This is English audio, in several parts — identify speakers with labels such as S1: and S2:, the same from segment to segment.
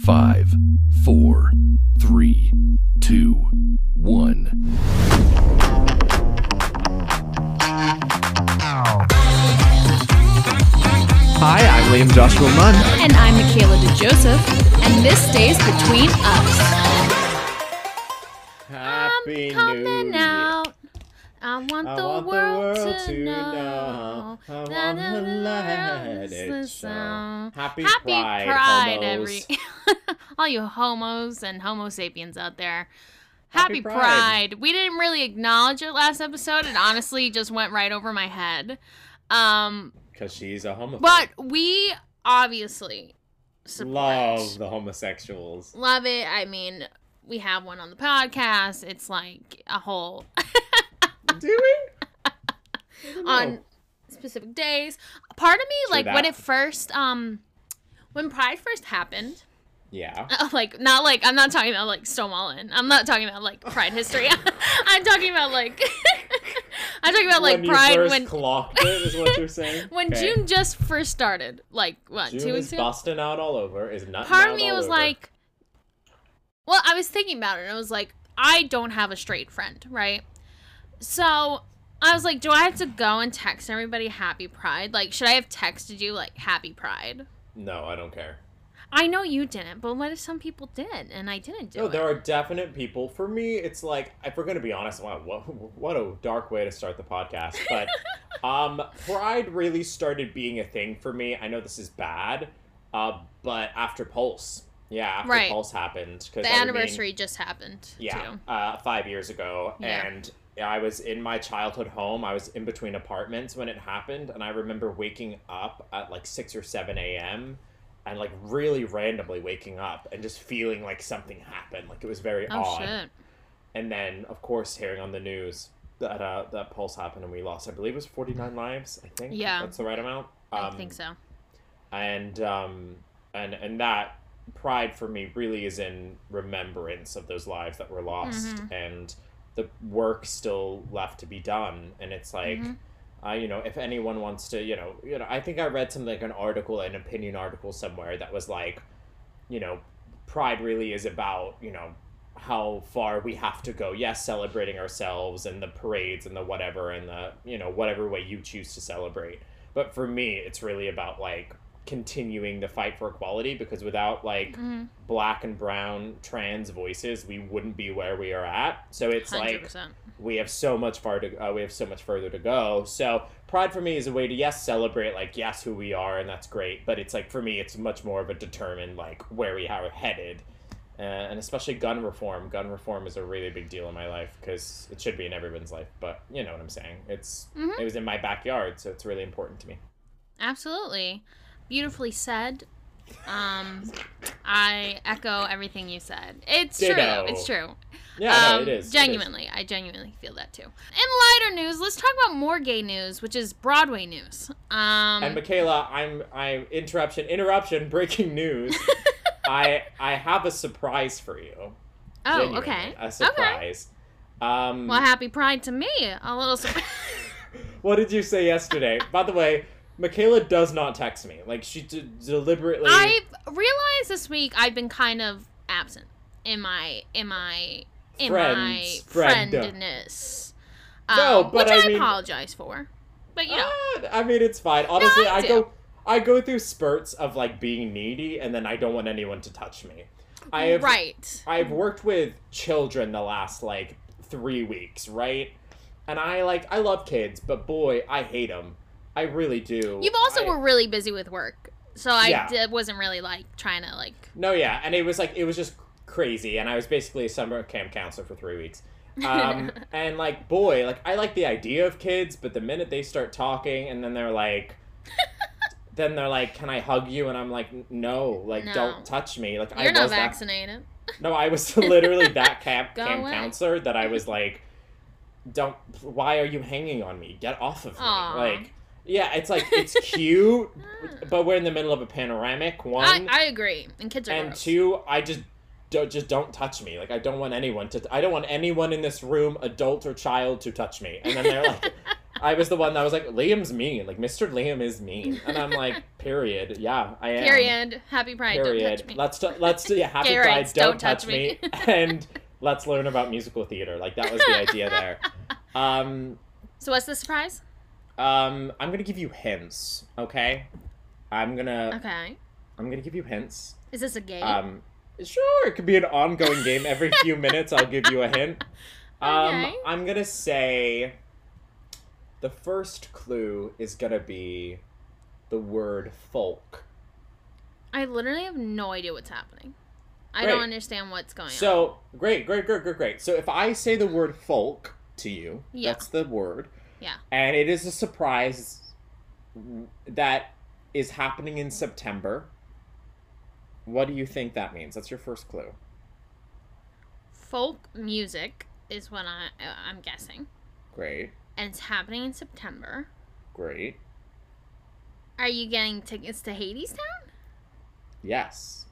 S1: five, four, three, two, one.
S2: Hi, I'm Liam Joshua Munn.
S3: And I'm Michaela DeJoseph, and this stays between us.
S4: Happy
S3: I'm coming
S4: New
S3: out. I want,
S4: I
S3: the,
S4: want the
S3: world
S4: world
S3: to
S4: to
S3: know.
S4: know. I
S3: that
S4: want
S3: the
S4: to let
S3: world
S4: it
S3: is
S4: show.
S3: sound.
S4: Happy
S3: Happy
S4: Pride,
S3: Pride, every
S4: homos.
S3: all you homos and Homo sapiens out there. Happy,
S4: Happy
S3: Pride.
S4: Pride.
S3: We didn't really acknowledge it last episode. It honestly just went right over my head. Um,
S4: Because she's a homophobe.
S3: but we obviously support
S4: Love the homosexuals.
S3: love it. I mean, we have one on the podcast. It's like a whole
S4: Do we? I don't
S3: on
S4: know.
S3: specific days. Part of me,
S4: True
S3: like when
S4: that.
S3: it first, um, when Pride first happened,
S4: Yeah.
S3: like not like I'm not talking about like Stonewallin. I'm not talking about like Pride history. I'm talking about like I'm talking about like
S4: when you
S3: Pride
S4: first
S3: when
S4: clocked it is what you're saying.
S3: when
S4: Okay.
S3: June just first started. Like what
S4: June
S3: two
S4: is
S3: weeks ago?
S4: busting out all over. Is not.
S3: part of me was like well i was thinking about it and i was like i don't have a straight friend right so i was like do i have to go and text everybody happy pride like should i have texted you like happy pride
S4: No, I don't care.
S3: i know you didn't but what if some people did and i didn't do
S4: No,
S3: it
S4: there are definite people. For me, it's like if we're gonna be honest, wow, what, what a dark way to start the podcast. But um, Pride really started being a thing for me. I know this is bad, uh, but after Pulse, yeah, after
S3: Right.
S4: Pulse happened, because
S3: the anniversary just happened
S4: yeah,
S3: too.
S4: uh, five years ago,
S3: Yeah.
S4: and I was in my childhood home. I was in between apartments when it happened, and I remember waking up at like six or seven a.m. and like really randomly waking up and just feeling like something happened. Like it was very
S3: oh
S4: odd.
S3: shit
S4: And then, of course, hearing on the news that uh, that pulse happened and we lost, I believe it was forty nine lives. I think
S3: Yeah.
S4: that's the right amount. Um,
S3: i think so
S4: And um, and and that pride for me really is in remembrance of those lives that were lost
S3: Mhm.
S4: and the work still left to be done. And it's like.
S3: Mhm.
S4: Uh, you know, if anyone wants to, you know, you know, I think I read something like an article, an opinion article somewhere that was like, you know, pride really is about, you know, how far we have to go. Yes, celebrating ourselves and the parades and the whatever and the, you know, whatever way you choose to celebrate. But for me, it's really about like continuing the fight for equality because without like
S3: Mhm.
S4: black and brown trans voices, we wouldn't be where we are at. So it's like
S3: 100%
S4: we have so much far to uh, we have so much further to go. So pride for me is a way to yes celebrate like yes who we are and that's great, but it's like for me it's much more of a determined like where we are headed. Uh, and especially gun reform. Gun reform is a really big deal in my life because it should be in everyone's life. But you know what I'm saying. It's
S3: Mhm.
S4: it was in my backyard, so it's really important to me.
S3: absolutely beautifully said um i echo everything you said it's true
S4: Ditto.
S3: though. it's true
S4: Yeah, no,
S3: Um,
S4: it is it is.
S3: Genuinely, I genuinely feel that too. In lighter news, let's talk about more gay news, which is Broadway news. Um,
S4: and Michaela, I'm I'm interruption interruption breaking news. I I have a surprise for you.
S3: oh,
S4: Genuinely,
S3: okay,
S4: A
S3: okay.
S4: surprise. Um,
S3: Well, happy Pride to me. A little. Sur-
S4: what did you say yesterday? By the way, Michaela does not text me. Like she d- deliberately.
S3: I realized this week I've been kind of absent in my in my in my
S4: Friends, friend.
S3: friendness.
S4: No,
S3: um,
S4: but
S3: which
S4: I
S3: I,
S4: mean-
S3: apologize for. But you know,
S4: Ah, I mean, it's fine. Honestly,
S3: I
S4: I,
S3: do.
S4: go I go through spurts of like being needy, and then I don't want anyone to touch me. I have
S3: right?
S4: I've worked with children the last like three weeks, right? And I like I love kids, but boy, I hate them. I really do.
S3: You've also
S4: I-
S3: were really busy with work, so I
S4: Yeah.
S3: did, wasn't really like trying to like
S4: No, yeah, and it was like it was just crazy, and I was basically a summer camp counselor for three weeks. Um, and like, boy, like I like the idea of kids, but the minute they start talking, and then they're like, then they're like, "Can I hug you?" And I'm like, "No, like
S3: No.
S4: don't touch me." Like
S3: you're
S4: I
S3: not
S4: was that
S3: vaccinated.
S4: no, I was literally that camp
S3: Go
S4: camp
S3: away.
S4: counselor that I was like, "Don't! Why are you hanging on me? Get off of me!"
S3: Aw.
S4: Like, yeah, it's like it's cute, but we're in the middle of a panoramic one,
S3: I, I agree. And kids are
S4: and
S3: gross.
S4: two. I just don't just don't touch me. Like, I don't want anyone to. I don't want anyone in this room, adult or child, to touch me. And then they're like, I was the one that was like, Liam's mean. Like, Mr. Liam is mean. And I'm like, period. Yeah, I am.
S3: Period. Happy Pride. Don't
S4: Period.
S3: touch me.
S4: Let's t- let's do yeah, happy
S3: Gay
S4: pride.
S3: rights,
S4: don't, touch, me. and let's learn about musical theater. Like that was the idea there. Um,
S3: so what's the surprise?
S4: um, I'm gonna give you hints. Okay, I'm gonna
S3: Okay.
S4: I'm gonna give you hints.
S3: Is this a game?
S4: Um, sure, it could be an ongoing game. Every few minutes, I'll give you a hint. Um,
S3: Okay.
S4: I'm gonna say the first clue is gonna be the word folk.
S3: I literally have no idea what's happening. I
S4: Great.
S3: don't understand what's going on.
S4: So great, great, great, great, great. So if I say the word folk to you,
S3: Yeah.
S4: that's the word,
S3: Yeah.
S4: and it is a surprise that is happening in September. What do you think that means? That's your first clue.
S3: Folk music is what I I- I'm guessing,
S4: Great,
S3: and it's happening in September.
S4: great.
S3: Are you getting tickets to Hades Town?
S4: Yes,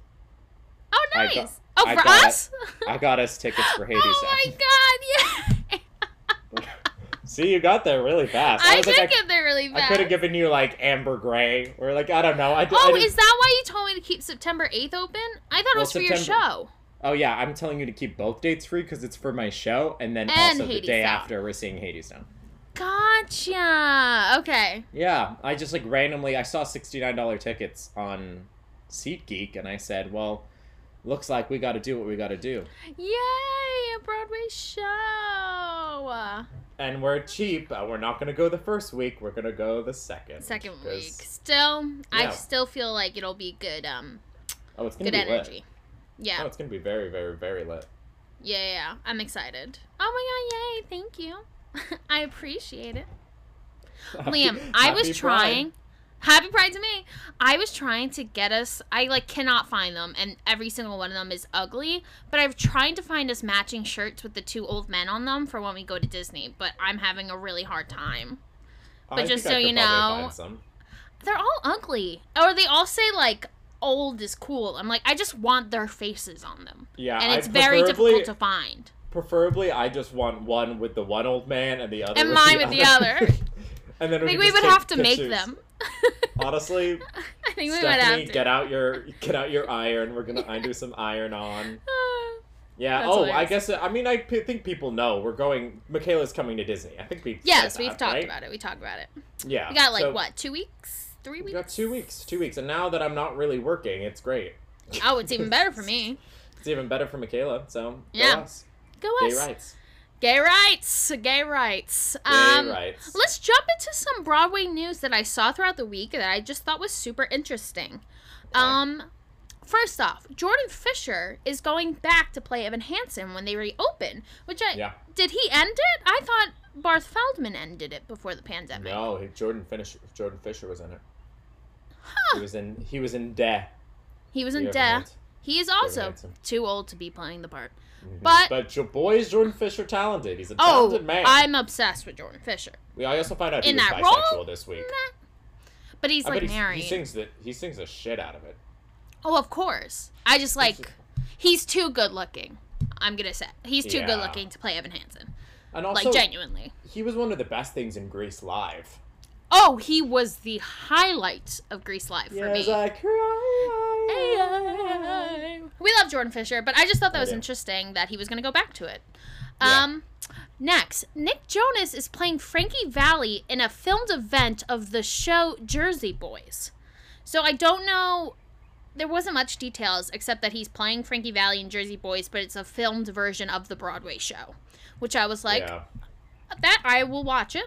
S3: Oh,
S4: I
S3: nice!
S4: got-
S3: oh,
S4: I
S3: for
S4: got
S3: us?
S4: I got us tickets for Hades.
S3: oh my god! Yeah,
S4: See, you got there really fast.
S3: I,
S4: was
S3: did
S4: like,
S3: get there really
S4: I, I
S3: fast.
S4: could have given you like Amber Gray or like I don't know. I, d- I
S3: oh,
S4: didn't-
S3: is that why you told me to keep September eighth open? I thought it
S4: Well,
S3: was for your
S4: September-
S3: show.
S4: Oh yeah, I'm telling you to keep both dates free because it's for my show, and then
S3: And
S4: also the
S3: Hades
S4: day
S3: Town.
S4: after we're seeing Hades Town.
S3: Gotcha. Okay.
S4: Yeah, I just like randomly I saw sixty nine dollar tickets on SeatGeek, and I said, well, looks like we got to do what we got to do,
S3: Yay! A Broadway show.
S4: and we're cheap. Uh, we're not gonna go the first week. We're gonna go the second.
S3: Second
S4: 'cause-
S3: week. Still, I
S4: Yeah.
S3: still feel like it'll be good. Um,
S4: Oh, it's gonna
S3: good
S4: be
S3: energy.
S4: lit.
S3: Yeah.
S4: Oh, it's gonna be very, very, very lit.
S3: yeah, yeah, yeah. I'm excited. Oh my god! Yay! Thank you. I appreciate it. Liam, I
S4: Happy Pride.
S3: was trying. Happy Pride to me. I was trying to get us. I like cannot find them, and every single one of them is ugly. But I've tried to find us matching shirts with the two old men on them for when we go to Disney. But I'm having a really hard time.
S4: Oh,
S3: but
S4: I
S3: just
S4: think I
S3: so
S4: could
S3: you
S4: probably
S3: know-
S4: find some.
S3: They're all ugly, or they all say like old is cool. I'm like, I just want their faces on them,
S4: Yeah,
S3: and
S4: I
S3: it's very
S4: preferably-
S3: difficult to find.
S4: Preferably, I just want one with the one old man and the other
S3: And
S4: with
S3: mine
S4: the
S3: with the
S4: other.
S3: other.
S4: and then
S3: I
S4: we,
S3: think
S4: can
S3: we
S4: just
S3: would
S4: take
S3: have to make
S4: pictures.
S3: them.
S4: Honestly,
S3: I think we would
S4: Stephanie,
S3: have to.
S4: get out your get out your iron. We're gonna I do some iron on.
S3: Ah.
S4: Yeah.
S3: That's
S4: oh, I
S3: hilarious.
S4: guess I mean I p- think people know we're going. Michaela's coming to Disney. I think we.
S3: yes, we've talked about it. We talked about it.
S4: it. Yeah.
S3: We got like
S4: Uh, so
S3: what, two weeks, three
S4: We
S3: weeks?
S4: got two weeks. Two weeks, and now that I'm not really working, it's great.
S3: Oh, it's even better for me.
S4: It's even better for Michaela. So go
S3: Yeah.
S4: us.
S3: Go us.
S4: Gay rights.
S3: Gay rights. Gay rights.
S4: Gay
S3: Um,
S4: rights.
S3: Let's jump into some Broadway news that I saw throughout the week that I just thought was super interesting. Um, first off, Jordan Fisher is going back to play Evan Hansen when they reopen. Which I
S4: Yeah.
S3: did he end it? I thought Barth Feldman ended it before the pandemic.
S4: No, he- Jordan finish. Jordan Fisher was in it. He was in. He was in De.
S3: He was
S4: You
S3: in
S4: ever
S3: Dare.
S4: heard?
S3: He is
S4: heard
S3: also
S4: of him?
S3: too old to be playing the part.
S4: Mm-hmm.
S3: But,
S4: But your boy is Jordan Fisher talented. He's a
S3: oh,
S4: talented man.
S3: I'm obsessed with Jordan Fisher.
S4: We I also found out
S3: in
S4: he was
S3: that
S4: bisexual
S3: role?
S4: this week.
S3: But he's
S4: I bet
S3: like
S4: he's-
S3: married.
S4: He sings the he sings the shit out of it.
S3: Oh, of course. I just like he's too good looking. I'm gonna say he's too
S4: Yeah.
S3: good looking to play Evan Hansen.
S4: And also,
S3: Like genuinely.
S4: he was one of the best things in Grease Live.
S3: Oh, he was the highlight of Grease Live for me.
S4: it's like
S3: We love Jordan Fisher, but I just thought that was
S4: do.
S3: interesting that he was going to go back to it.
S4: Yeah.
S3: Um, next, Nick Jonas is playing Frankie Valley in a filmed event of the show Jersey Boys. So I don't know. There wasn't much details except that he's playing Frankie Valley in Jersey Boys, but it's a filmed version of the Broadway show, which I was like,
S4: yeah.
S3: that I will watch it.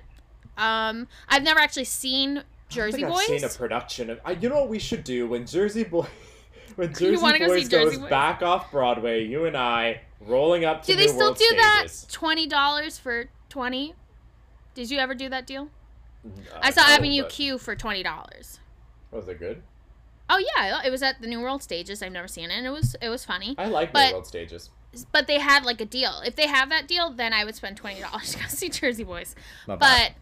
S3: Um, I've never actually seen Jersey
S4: I think
S3: Boys.
S4: I've seen a production of. I, you know what we should do when Jersey Boy, when Jersey
S3: wanna
S4: Boys
S3: go see Jersey
S4: goes
S3: Boys?
S4: back off Broadway, you and I rolling up to
S3: Do
S4: New
S3: they still
S4: World
S3: do that?
S4: stages.
S3: Twenty dollars for twenty. Did you ever do that deal?
S4: Uh,
S3: I saw
S4: no,
S3: Avenue
S4: but-
S3: Q for twenty dollars.
S4: Was it good?
S3: Oh yeah, it was at the New World stages. I've never seen it. And it was it was funny,
S4: I like New
S3: But-
S4: World stages.
S3: but they had like a deal. If they have that deal, then I would spend twenty dollars to go see Jersey Boys.
S4: Not bad.
S3: But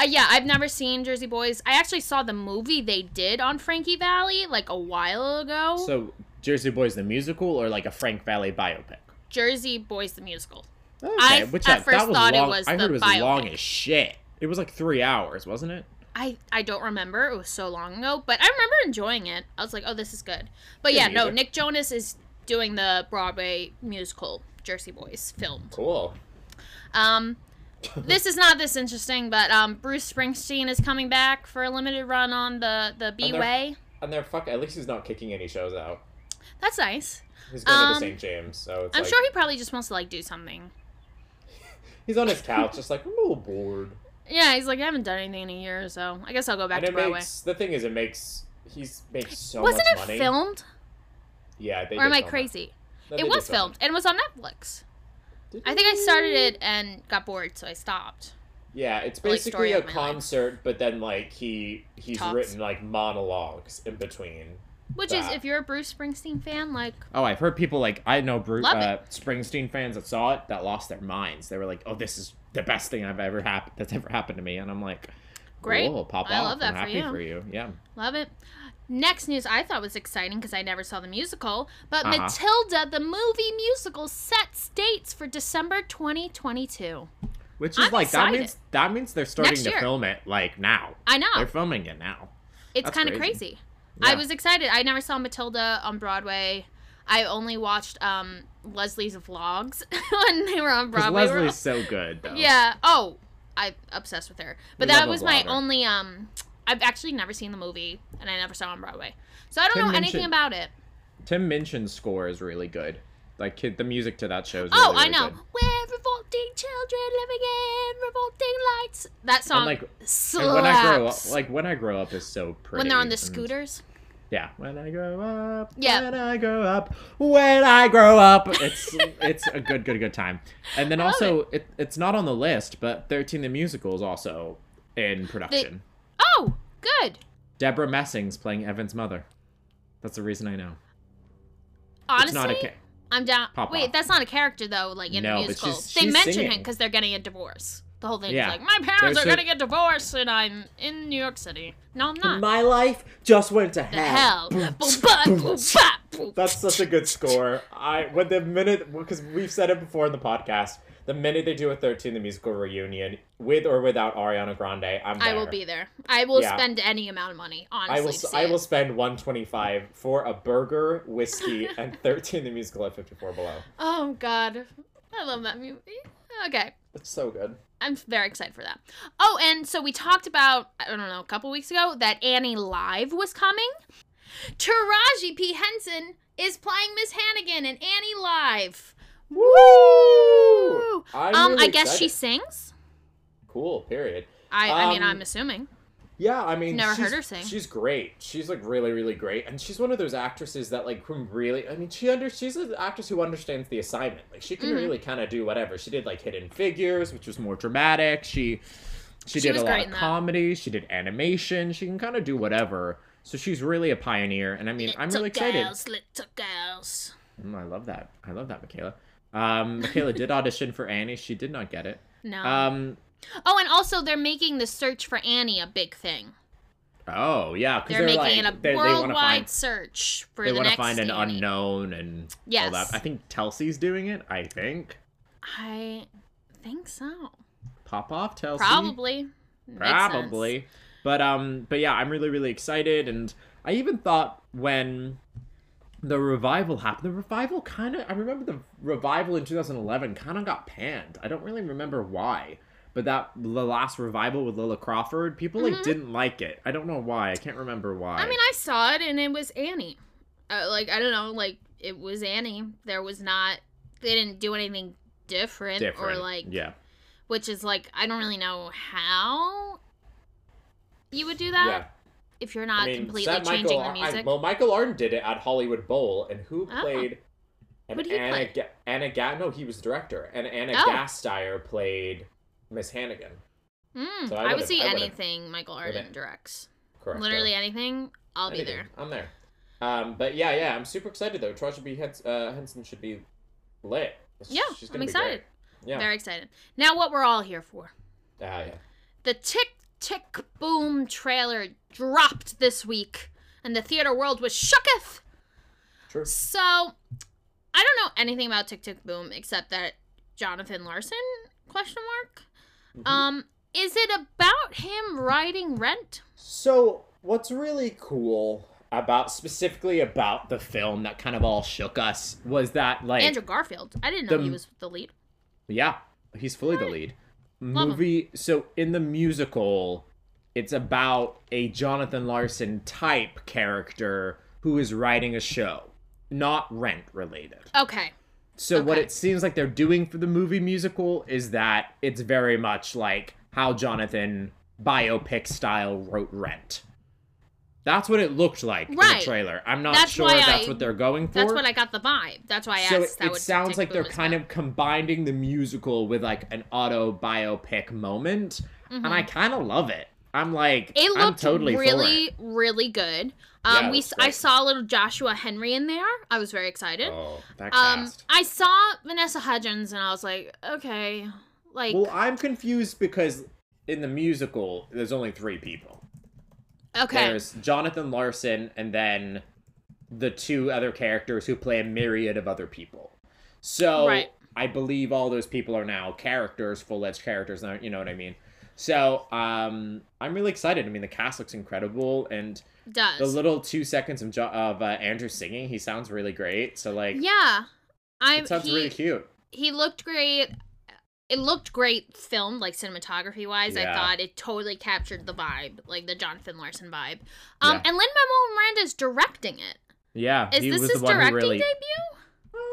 S3: uh, yeah, I've never seen Jersey Boys. I actually saw the movie they did on Frankie Valley like a while ago.
S4: So Jersey Boys the musical or like a Frank Valley biopic?
S3: Jersey Boys the musical.
S4: Okay,
S3: I f- at first thought it was the
S4: long
S3: biopic.
S4: as shit.
S5: It was like three hours, wasn't it?
S3: I I don't remember. It was so long ago, but I remember enjoying it. I was like, "Oh, this is good." But yeah,
S4: Good
S3: no,
S4: music.
S3: Nick Jonas is doing the Broadway musical Jersey Boys film.
S4: Cool.
S3: Um this is not this interesting, but um Bruce Springsteen is coming back for a limited run on the the B
S4: they're-
S3: way.
S4: And they're fuck. At least he's not kicking any shows out.
S3: That's nice.
S4: He's going
S3: Um,
S4: to St. James, so it's
S3: I'm
S4: like,
S3: sure he probably just wants to like do something.
S4: he's on his couch, just like I'm a little bored.
S3: Yeah, he's like I haven't done anything in a year, so I guess I'll go back
S4: and
S3: to
S4: it
S3: Broadway.
S4: makes the thing is it makes he's makes so
S3: Wasn't
S4: much
S3: it
S4: money.
S3: filmed,
S4: Yeah, they
S3: or am
S4: did
S3: I
S4: film that.
S3: crazy?
S4: No, they
S3: it
S4: did
S3: was
S4: film
S3: filmed and it was on Netflix.
S4: Did
S3: I think I started it and got bored, so I stopped.
S4: Yeah, it's
S3: Or, like,
S4: basically
S3: story
S4: a
S3: of my life.
S4: concert, but then like he he's
S3: Talks.
S4: written like monologues in between.
S3: Which is,
S4: that.
S3: if you're a Bruce Springsteen fan, like,
S5: Oh, I've heard people like I know Bruce
S3: Love
S5: uh, Springsteen fans that saw it that lost their minds. They were like, "Oh, this is the best thing I've ever happened that's ever happened to me," and I'm like,
S3: Great.
S5: "Cool, pop
S3: I
S5: off.
S3: love that
S5: I'm
S3: for
S5: happy
S3: you."
S5: for you." Yeah.
S3: love it. Next news I thought was exciting because I never saw the musical, but
S5: Uh-huh.
S3: Matilda the movie musical sets dates for December 2022.
S5: Which is
S3: I'm
S5: like
S3: excited.
S5: that means that means they're starting
S3: Next
S5: to
S3: year.
S5: film it like now.
S3: I know.
S5: They're filming it now.
S3: it's
S5: that's
S3: kind of
S5: crazy.
S3: crazy. I
S5: Yeah.
S3: was excited. I never saw Matilda on Broadway. I only watched um, Leslie's vlogs when they were on
S5: Because
S3: Broadway. We're
S5: Leslie's so good though.
S3: Yeah. Oh, I'm obsessed with her. But
S5: We
S3: that
S5: love a
S3: was my
S5: blogger.
S3: only. Um, I've actually never seen the movie, and I never saw it on Broadway, so I don't
S5: Tim
S3: know anything
S5: Minchin.
S3: about it.
S5: Tim Minchin's score is really good. Like kid, the music to that show is
S3: oh,
S5: really,
S3: I
S5: really
S3: know.
S5: good.
S3: We're revolting children living in revolting lights. That song
S5: like- and
S3: slaps.
S5: And when I grow up, like when I grow up is so pretty.
S3: when they're on the
S5: and-
S3: scooters.
S5: Yeah, when I grow up.
S3: Yeah.
S5: When I grow up. When I grow up. It's it's a good good good time. And then
S3: love
S5: also it. it's not on the list, but 13 the musical is also in production.
S3: Oh, good.
S5: Deborah Messing's playing Evan's mother. That's the reason I know.
S3: Honestly,
S5: it's not a ca-
S3: I'm down.
S5: Pop
S3: Wait,
S5: off.
S3: that's not a character though. Like in
S5: No,
S3: the
S5: but
S3: musical,
S5: she's-
S3: they
S5: she's
S3: mention it
S5: singing.
S3: because they're getting a divorce. The whole thing's
S5: Yeah.
S3: like, my parents
S5: There's
S3: are
S5: a-
S3: getting a divorce, and I'm in New York City. No, I'm not.
S4: My life just went to
S3: the hell. Boop, bop, boop, bop, boop.
S4: That's such a good score. I when the minute because we've said it before in the podcast. The minute they do a 13 the musical reunion with or without Ariana Grande, I'm there.
S3: I will be there. I will
S4: Yeah.
S3: spend any amount of money, honestly.
S4: I will.
S3: to see
S4: I will
S3: it.
S4: spend 125 for a burger, whiskey, and 13 the musical at 54 below.
S3: Oh God, I love that movie. Okay,
S4: It's so good.
S3: I'm very excited for that. Oh, and so we talked about I don't know a couple weeks ago that Annie Live was coming. Taraji P Henson is playing Miss Hannigan in Annie Live. Woo!
S4: I'm
S3: um,
S4: really
S3: I guess she
S4: excited.
S3: sings.
S4: Cool. Period.
S3: I, I mean,
S4: Um,
S3: I'm assuming.
S4: Yeah, I mean,
S3: Never heard
S4: she's-
S3: her sing.
S4: She's great. She's like really, really great, and she's one of those actresses that like who really. I mean, she under. She's an actress who understands the assignment. Like she
S3: Mm-hmm.
S4: can really kind of do whatever. She did like Hidden Figures, which
S5: Which was more dramatic. She she,
S3: She
S5: did
S3: was
S5: a
S3: great
S5: lot
S3: in
S5: of
S3: that.
S5: comedy. She did animation. She can kind of do whatever. So she's really a pioneer, and I mean, I'm
S3: Little
S5: really excited.
S3: Girls, little girls.
S5: Mm, I love that. I love that, Michaela. Um, Michaela did audition for Annie. She did not get it.
S3: No.
S5: Um,
S3: oh, and also they're making the search for Annie a big thing.
S5: oh yeah, because
S3: They're making it a
S5: they,
S3: worldwide
S5: want to find
S3: search for
S5: they
S3: the
S5: want
S3: next
S5: to find an
S3: Annie.
S5: unknown and all
S3: Yes.
S5: that. I think Telsey's doing it. I think
S3: I think so.
S5: pop off Telsey.
S3: Probably. Makes sense.
S5: probably but um but yeah i'm really really excited and i even thought when the revival happened the revival kind of i remember the revival in 2011 kind of got panned i don't really remember why but that the last revival with lila crawford people like didn't like it i don't know why i can't remember why
S3: Mm-hmm. I mean, I saw it and it was Annie. Uh, like I don't know, like it was Annie. There was not. They didn't do anything different,
S5: different
S3: or like,
S5: yeah
S3: which is like I don't really know how you would do that
S4: yeah.
S3: if you're not
S4: I mean,
S3: completely
S4: Sam
S3: changing
S4: Michael,
S3: the
S4: Ar- I-
S3: music.
S4: well, Michael Arndt did it at Hollywood Bowl, and who
S3: Oh.
S4: played? And
S3: Who did he
S4: Anna,
S3: play?
S4: Ga- Anna Ga- No, he was the director, and Anna
S3: Oh.
S4: Gasteyer played Miss Hannigan.
S3: mm,
S4: so I
S3: I, would
S4: would've-
S3: see
S4: I would've-
S3: anything Michael
S4: would've-
S3: Arden directs.
S4: Correct.
S3: Literally anything, I'll be
S4: Anything.
S3: there.
S4: I'm there. Um, but yeah, yeah, I'm super excited though. Taraji B. Hens- uh, Henson should be lit.
S3: Yeah,
S4: She's
S3: I'm
S4: gonna be
S3: excited.
S4: great. Yeah.
S3: Very excited. Now, what we're all here for.
S4: Ah, yeah.
S3: The Tick Tick Boom trailer dropped this week, and the theater world was shooketh.
S4: True.
S3: So, I don't know anything
S4: Mm-hmm.
S3: about Tick Tick Boom except that Jonathan Larson question mark. Um, Is it about him riding rent?
S4: So, what's really cool about specifically about the film that kind of all shook us was that like
S3: Andrew Garfield. I didn't know
S4: the-
S3: he was the lead.
S4: yeah, he's fully the lead.
S3: Love him.
S4: Movie so in the musical, it's about a Jonathan Larson type character who is writing a show, not rent related.
S3: Okay.
S4: So what
S3: Okay.
S4: it seems like they're doing for the movie musical is that it's very much like how Jonathan biopic style wrote Rent. That's what it looked like in
S3: Right.
S4: the trailer. I'm not
S3: That's
S4: sure
S3: why
S4: if that's
S3: I-
S4: what they're going for.
S3: That's what I got the vibe. That's why I
S4: so it,
S3: asked. that
S4: it
S3: would
S4: sounds
S3: take
S4: like they're
S3: Boomers
S4: kind
S3: back.
S4: of combining the musical with like an auto biopic moment, and I kind of love it. I'm like,
S3: Mm-hmm. It
S4: I'm
S3: looked
S4: totally for
S3: really,
S4: it.
S3: really good.
S4: Yeah,
S3: Um,
S4: it
S3: we
S4: looks
S3: s- I
S4: great.
S3: saw little Joshua Henry in there. I was very excited.
S4: Oh, that
S3: um,
S4: cast.
S3: I saw Vanessa Hudgens and I was like, okay, like,
S4: Well, I'm confused because in the musical, there's only three people.
S3: okay,
S4: There's Jonathan Larson and then the two other characters who play a myriad of other people. So
S3: Right.
S4: I believe all those people are now characters, full edged characters, now- you know what I mean? So um, I'm really excited. I mean, the cast looks incredible, and
S3: does
S4: the little two seconds of, jo- of uh, Andrew singing, he sounds really great. So, like,
S3: yeah, I'm
S4: it sounds
S3: he,
S4: really cute.
S3: he looked great. It looked great filmed, like cinematography wise. I
S4: Yeah.
S3: thought it totally captured the vibe, like the Jonathan Larson vibe. Um,
S4: Yeah.
S3: and Lin Manuel Miranda is directing it.
S4: Yeah,
S3: Is
S4: he
S3: this
S4: was
S3: his
S4: the one who
S3: directing
S4: really.
S3: debut?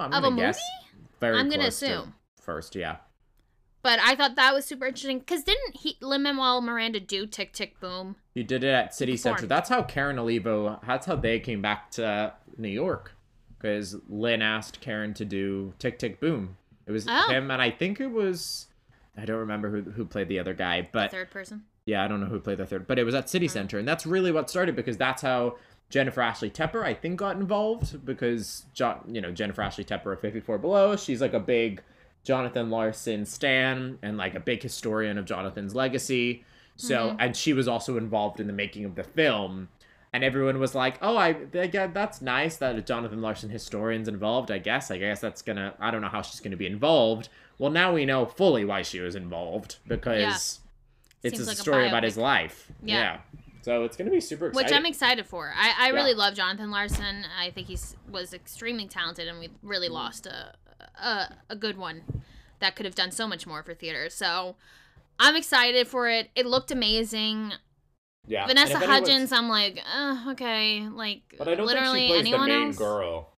S4: Um, I'm
S3: of a
S4: gonna guess Very
S3: I'm gonna
S4: close
S3: assume.
S4: first, yeah.
S3: But I thought that was super interesting because didn't he Lin Manuel Miranda do Tick Tick Boom?
S4: You did it at City Central.
S3: performed.
S4: That's how Karen Olivo. That's how they came back to New York, because Lynn asked Karen to do Tick Tick Boom. It was
S3: Oh.
S4: him, and I think it was. I don't remember who who played the other guy, but
S3: Third person.
S4: yeah, I don't know who played the third. But it was at City Center, and that's really what started because that's how Jennifer Ashley Tepper, I think, got involved because jo- you know Jennifer Ashley Tepper of Fifty Four Below. She's like a big Jonathan Larson stan and like a big historian of Jonathan's legacy. So and she was also involved in the making of the film. And everyone was like, "Oh, I, I guess that's nice that a Jonathan Larson historian's involved. I guess. I guess that's gonna. I don't know how she's gonna be involved. Well, now we know fully why she was involved because it's
S3: Seems
S4: a
S3: like a
S4: story about his
S3: biopic.
S4: life.
S3: Yeah.
S4: So it's gonna be super exciting.
S3: Which I'm excited for. I, I really
S4: Yeah.
S3: love Jonathan Larson. I think he's was extremely talented, and we really lost a, a a good one that could have done so much more for theater. So I'm excited for it. It looked amazing.
S5: Yeah.
S3: Vanessa
S4: And if anyone's-
S3: Hudgens, I'm like, uh, okay, like
S5: But I don't think
S3: literally
S5: she plays the
S3: anyone
S5: main
S3: else.
S5: girl.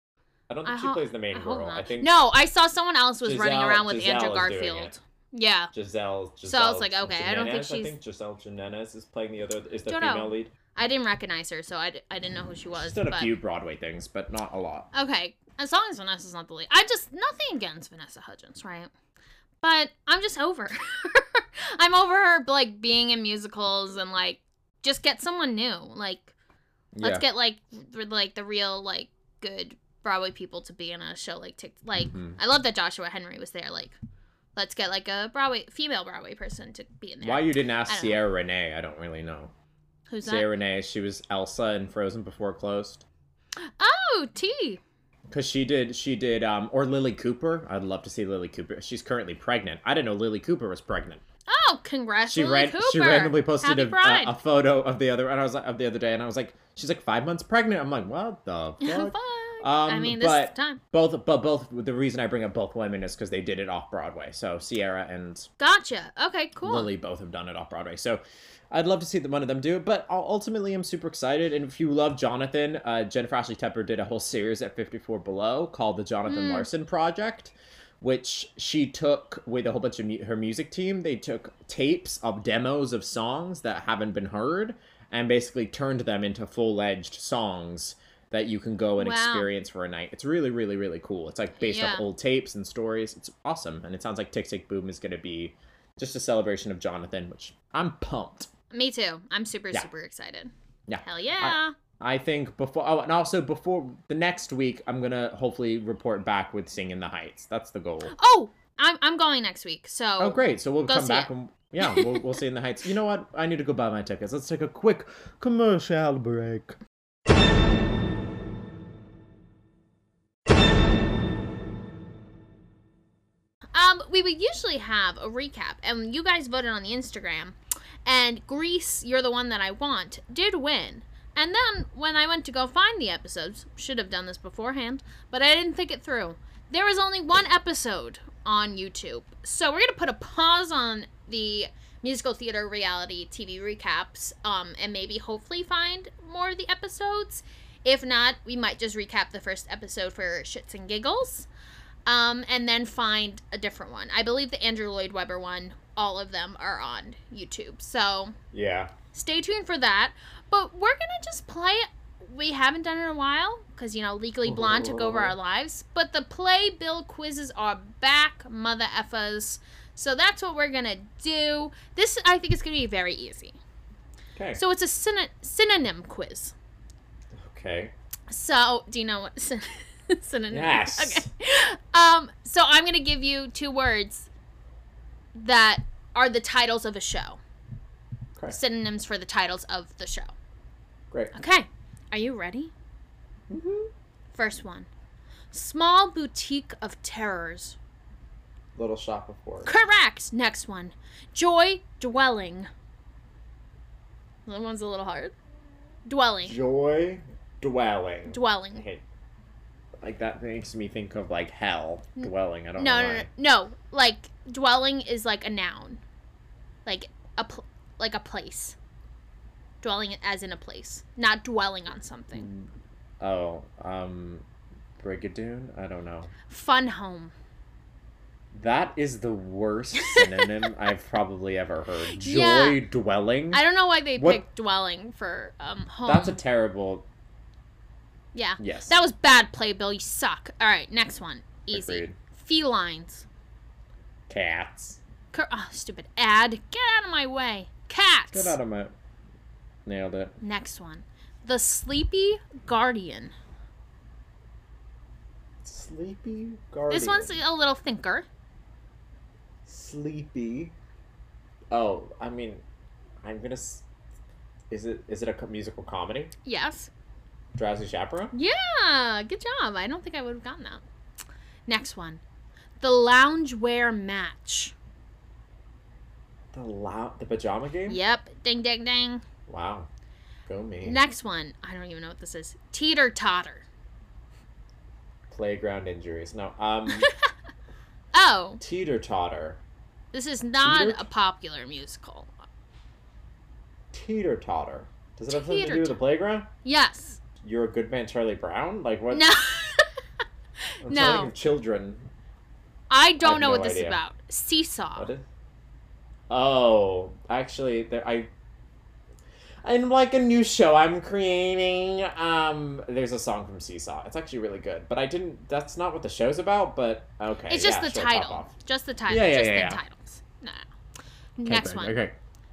S5: I don't
S3: I
S5: think she
S3: ho-
S5: plays the main
S3: I hope
S5: girl. I
S3: not.
S5: think
S3: no, I saw someone else was running
S5: Giselle-
S3: around with
S5: Giselle
S3: Andrew
S5: is doing it.
S3: Garfield. Yeah,
S5: Giselle. Giselle
S3: So I was like, okay, I don't think
S5: Jimenez,
S3: she's-
S5: I think Giselle Jimenez is playing the other. Is the
S3: Don't
S5: female
S3: know.
S5: lead?
S3: I didn't recognize her, so I, d- I didn't know who she was.
S4: She's done
S3: but...
S4: a few Broadway things, but not a lot.
S3: Okay, as long as Vanessa's not the lead. I just nothing against Vanessa Hudgens, right? But I'm just over. her. I'm over her like being in musicals and like just get someone new. Like let's get like r- like the real like good Broadway people to be in a show like Tick. Like
S4: Mhm.
S3: I love that Joshua Henry was there. Like let's get like a Broadway female Broadway person to be in there.
S4: Why you didn't ask
S3: I don't know.
S4: Sierra Renee? I don't really know.
S3: Who's that?
S4: Sierra Renee, she was Elsa in Frozen before closed.
S3: Oh, T.
S4: Cause she did, she did, um, or Lily Cooper. I'd love to see Lily Cooper. She's currently pregnant. I didn't know Lily Cooper was pregnant.
S3: Oh, congrats,
S4: She
S3: Lily
S4: ran,
S3: Cooper.
S4: she randomly posted
S3: Happy
S4: a,
S3: Pride.
S4: a, a photo of the other, and I was like, of the other day, and I was like, she's like five months pregnant. I'm like, what the fuck?
S3: Fuck. I
S4: Um,
S3: mean, this is
S4: but-
S3: the time.
S4: Both, but both. The reason I bring up both women is because they did it off Broadway. So Sierra and
S3: Gotcha. Okay, cool.
S4: Lily both have done it off Broadway. So I'd love to see the one of them do it. But u- ultimately, I'm super excited. And if you love Jonathan, uh, Jennifer Ashley Tepper did a whole series at 54 Below called the Jonathan
S3: Mm.
S4: Larson Project, which she took with a whole bunch of mu- her music team. They took tapes of demos of songs that haven't been heard and basically turned them into full edged songs that you can go and
S3: Wow.
S4: experience for a night. It's really, really, really cool. It's like based off
S3: Yeah.
S4: old tapes and stories. It's awesome. And it sounds like Tick Tick Boom is going to be just a celebration of Jonathan, which I'm pumped.
S3: Me too. I'm super,
S4: Yeah.
S3: super excited.
S4: Yeah.
S3: Hell yeah.
S4: I think before, oh, and also before the next week, I'm going to hopefully report back with Singing the Heights. That's the goal.
S3: oh, I'm, I'm going next week. So
S4: Oh, great. So we'll
S3: Go
S4: come
S3: see
S4: back
S3: it.
S4: and, yeah, we'll, we'll see in the Heights. You know what? I need to go buy my tickets. Let's take a quick commercial break.
S3: Um, Um, we would usually have a recap, and you guys voted on the Instagram. And Greece, you're the one that I want, did win. And then when I went to go find the episodes, should have done this beforehand, but I didn't think it through. There was only one episode on YouTube. So we're going to put a pause on the musical theater reality TV recaps um, and maybe hopefully find more of the episodes. If not, we might just recap the first episode for shits and giggles um, and then find a different one. I believe the Andrew Lloyd Webber one, all of them are on YouTube. So
S4: Yeah.
S3: stay tuned for that. But we're gonna just play. We haven't done it in a while because you know Legally Blonde took over our lives. But the playbill quizzes are back, mother effers. So that's what we're gonna do. This I think is gonna be very easy.
S4: Okay.
S3: So it's a syn- synonym quiz.
S4: okay.
S3: So do you know what syn- synonym?
S4: Yes.
S3: Mm-hmm. Okay. Um, so I'm gonna give you two words that are the titles of a show.
S4: Okay.
S3: Synonyms for the titles of the show.
S4: Great.
S3: Okay, are you ready? Mm-hmm. First one Small Boutique of Terrors.
S4: Little shop of horrors.
S3: Correct! Next one Joy Dwelling. That one's a little hard. Dwelling.
S4: Joy dwelling.
S3: Dwelling.
S4: Hey, like that makes me think of like hell dwelling. I don't
S3: Mm. No,
S4: know.
S3: no, no,
S4: why.
S3: no. Like, dwelling is like a noun, like a, pl- like a place. Dwelling as in a place, not dwelling on something.
S4: Oh, um, Brigadoon? I don't know.
S3: Fun home.
S4: That is the worst synonym I've probably ever heard. Joy
S3: Yeah.
S4: dwelling?
S3: I don't know why they
S4: What-
S3: picked dwelling for um home.
S4: That's a terrible.
S3: Yeah.
S4: Yes.
S3: That was bad play, Bill. You suck. All right, next one. Easy.
S4: Agreed.
S3: Felines.
S4: Cats.
S3: Cur- oh, stupid ad. Get out of my way. Cats.
S4: Get out of my. Nailed it.
S3: next one. The Sleepy Guardian.
S4: Sleepy guardian.
S3: This one's a little thinker.
S4: sleepy. Oh, I mean, I'm gonna. S- is it is it a co- musical comedy?
S3: Yes.
S4: Drowsy Chaperone.
S3: Yeah. Good job. I don't think I would have gotten that. Next one. The Loungewear Match.
S4: The loud the pajama game.
S3: Yep. Ding, ding, ding.
S4: Wow. Go me.
S3: Next one. I don't even know what this is. Teeter Totter.
S4: Playground injuries. No. Um.
S3: Oh,
S4: teeter totter.
S3: this is not
S4: Teeter-
S3: a popular musical.
S4: Teeter totter. Does it have something to do with the
S3: Teeter-tot-
S4: playground?
S3: Yes.
S4: You're a good man, Charlie Brown. Like what?
S3: No,
S4: I'm trying to
S3: no.
S4: think of children.
S3: I
S4: I
S3: don't
S4: have
S3: know
S4: no
S3: what this is
S4: idea.
S3: about. Seesaw.
S4: What is? Oh, actually, there I. In like a new show I'm creating, um, there's a song from Seesaw. It's actually really good, but I didn't. That's not what the show's about. But okay,
S3: It's just
S4: yeah,
S3: the
S4: sure, pop
S3: title.
S4: off.
S3: Just the title.
S5: Yeah, yeah,
S3: just
S5: yeah,
S3: the
S5: yeah.
S3: titles. No. Next one.
S5: Okay.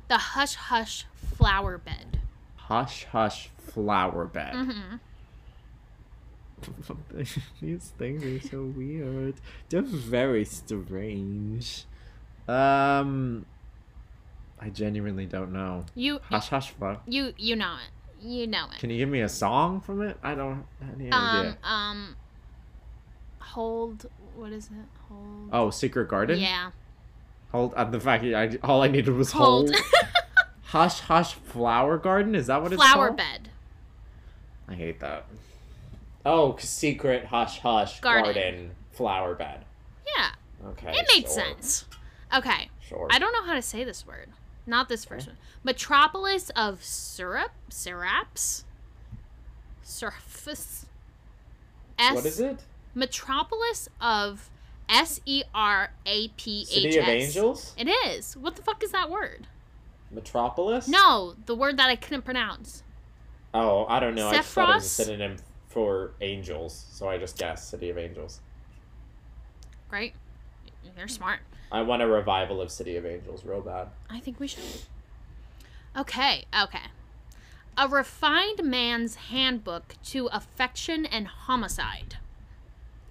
S3: The hush hush flower bed.
S5: Hush hush flower bed.
S3: hmm
S5: These things are so weird. They're very strange. Um I genuinely don't know.
S3: You
S5: Hush hush flower.
S3: you you know it. You know it.
S5: Can you give me a song from it? I don't have any
S3: Um
S5: idea.
S3: um. Hold. What is it? Hold.
S5: Oh, Secret Garden?
S3: yeah.
S5: Hold uh, the fact that I, all I needed was
S3: Hold.
S5: hold. Hush hush flower garden? Is that what it's
S3: flower
S5: called?
S3: bed.
S5: I hate that.
S4: Oh, secret hush hush
S3: Garden.
S4: garden, flower bed.
S3: Yeah.
S4: Okay,
S3: It made
S4: sure,
S3: sense. Okay.
S4: Sure.
S3: I don't know how to say this word. Not this first one. Metropolis of syrup, syraps, surface. S.
S4: What is it?
S3: Metropolis of S E R A P H S.
S4: City of Angels,
S3: It is. What the fuck is that word?
S4: Metropolis.
S3: No, the word that I couldn't pronounce.
S4: Oh, I don't know. I just thought it was a
S3: Sephiroth?
S4: synonym for angels, so I just guessed City of Angels.
S3: Right? You're smart.
S4: I want a revival of City of Angels real bad.
S3: I think we should. Okay, okay. A refined man's handbook to affection and homicide.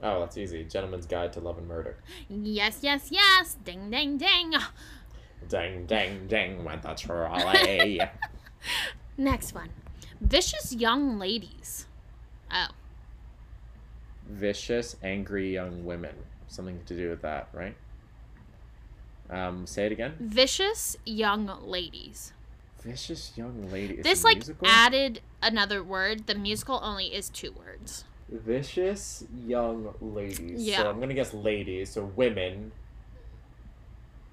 S4: Oh, that's easy. Gentleman's Guide to Love and Murder.
S3: Yes, yes, yes. Ding, ding, ding.
S4: Dang, dang, dang, went the trolley.
S3: Next one. Vicious young ladies. Oh,
S4: Vicious, angry young women. Something to do with that, right? Um, say it again.
S3: Vicious Young Ladies.
S4: Vicious young lady. It's
S3: this
S4: a
S3: like
S4: musical?
S3: added another word. The musical only is two words.
S6: Vicious young ladies.
S3: Yeah.
S6: So I'm gonna guess ladies, so women.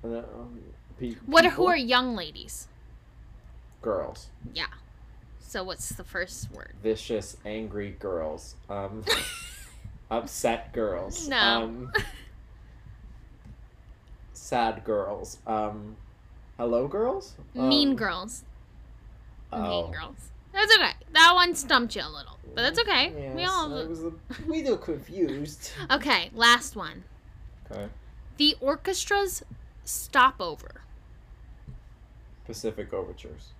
S6: And then, um, pe-
S3: What
S6: people?
S3: who are young ladies?
S6: girls?
S3: Yeah. So what's the first word?
S6: Vicious, angry girls. Um, upset girls.
S3: No.
S6: Um, sad girls. Um, hello girls.
S3: mean
S6: Um,
S3: girls.
S6: oh.
S3: Mean girls. That's okay. That one stumped you a little, but that's okay. we
S6: Yes,
S3: all.
S6: I was a we were confused.
S3: Okay, last one.
S6: Okay.
S3: The orchestra's stopover.
S6: Pacific overtures.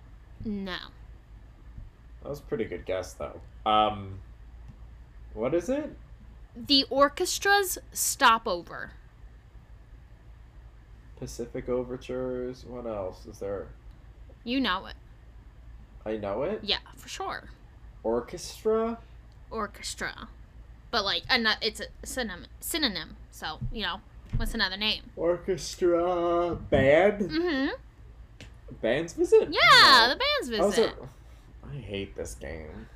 S3: No.
S6: That was a pretty good guess though. Um, what is it?
S3: The orchestra's stopover.
S6: Pacific Overtures. What else is there?
S3: You know it.
S6: I know it.
S3: Yeah, for sure.
S6: Orchestra.
S3: Orchestra. But like ano- it's a synonym synonym. So, you know, what's another name?
S6: Orchestra band.
S3: Mhm.
S6: Band's visit.
S3: Yeah, the
S6: No.
S3: band's visit.
S6: Also, I hate this game.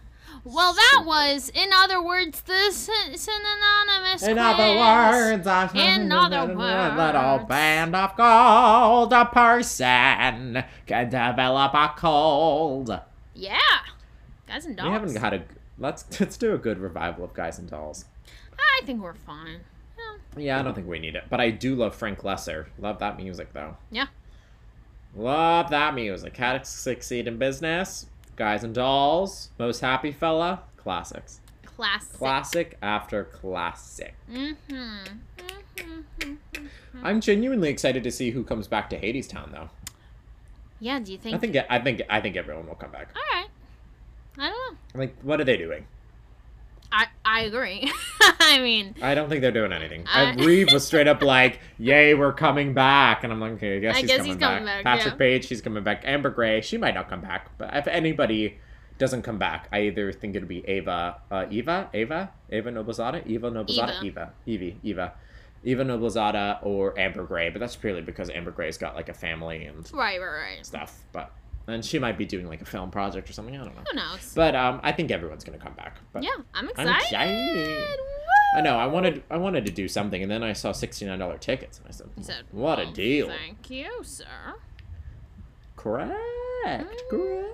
S3: well, that was in other words the syn- synonymous
S4: In other
S3: quiz.
S4: words, I
S3: In other
S4: little
S3: words.
S4: band of gold, a person can develop a cold.
S3: Yeah. Guys and dolls.
S4: We haven't had a. Let's let's do a good revival of Guys and Dolls.
S3: I think we're fine. Yeah.
S4: Yeah, I don't think we need it, but I do love Frank Lesser. Love that music though.
S3: Yeah.
S4: Love that music. How to Succeed in Business, Guys and Dolls, Most Happy Fella, classics.
S3: Classic.
S4: Classic after classic.
S3: Mm-hmm. Mm-hmm.
S4: I'm genuinely excited to see who comes back to Hades Town though.
S3: Yeah, do you think?
S4: I think I think I think everyone will come back.
S3: All right. I don't know.
S4: Like, what are they doing?
S3: I I agree. I mean,
S4: I don't think they're doing anything. I,
S3: I-
S4: Reeve was straight up like, "Yay, we're coming back," and I'm like, "Okay, I guess,
S3: I
S4: he's,
S3: guess
S4: coming
S3: he's coming
S4: back."
S3: back,
S4: Patrick
S3: yeah.
S4: Page, she's coming back. Amber Gray, she might not come back, but if anybody doesn't come back, I either think it'll be Ava, uh, Eva, Ava, Ava Noblezada, Eva Noblezada,
S3: Eva.
S4: Eva, Evie, Eva, Eva Noblezada, or Amber Gray. But that's purely because Amber Gray's got like a family and
S3: right, right, right.
S4: stuff. But and she might be doing like a film project or something. I don't know.
S3: Who knows?
S4: But um, I think everyone's gonna come back. But
S3: yeah, I'm
S4: uh, I'm
S3: excited.
S4: excited.
S3: Woo!
S4: I know. I wanted I wanted to do something, and then I saw sixty nine dollar tickets, and I said,
S3: He said,
S4: "What a
S3: "Well,
S4: deal!"
S3: Thank you, sir.
S4: Correct.
S3: Mm.
S4: Correct.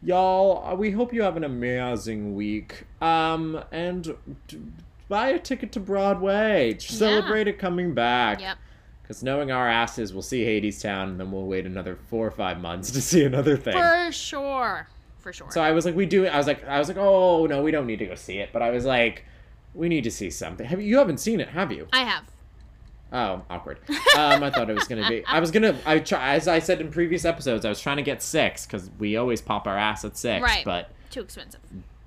S4: Y'all, uh, we hope you have an amazing week. Um, and d- buy a ticket to Broadway. Celebrate it coming back.
S3: Yep.
S4: Because knowing our asses, we'll see Hades Town, and then we'll wait another four or five months to see another thing.
S3: For sure. For sure.
S4: So I was like, we do. I was like, I was like, oh no, we don't need to go see it. But I was like, we need to see something. Have you, you haven't seen it, have you?
S3: I have.
S4: Oh, awkward. Um, I thought it was gonna be. I was gonna. I try, as I said in previous episodes, I was trying to get six because we always pop our ass at six.
S3: Right.
S4: But
S3: Too expensive.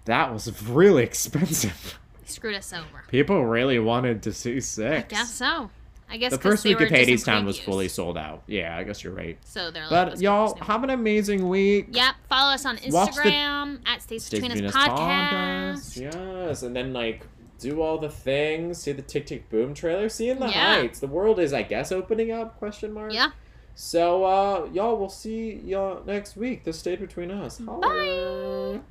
S4: that was really expensive.
S3: Screwed us over.
S4: People really wanted to see six.
S3: Guess so. I guess
S4: The
S3: 'cause
S4: first
S3: they
S4: week
S3: were
S4: of
S3: just in
S4: Hades Town was
S3: previews. Oh,
S4: fully sold out. Yeah, I guess you're right.
S3: So they're like,
S4: But
S3: "Let's get
S4: y'all
S3: this new
S4: have an amazing week.
S3: one." Yep. Follow us on
S4: Watch the-
S3: Instagram at Stays
S4: Stays
S3: Between Us
S4: Between Us
S3: Podcast.
S6: Yes, and then like do all the things. See the Tick Tick Boom trailer. See in the
S3: Yeah.
S6: heights. The world is, I guess, opening up? Question mark.
S3: Yeah.
S6: So, uh, y'all, we'll see y'all next week. This stayed between us. Holla.
S3: Bye.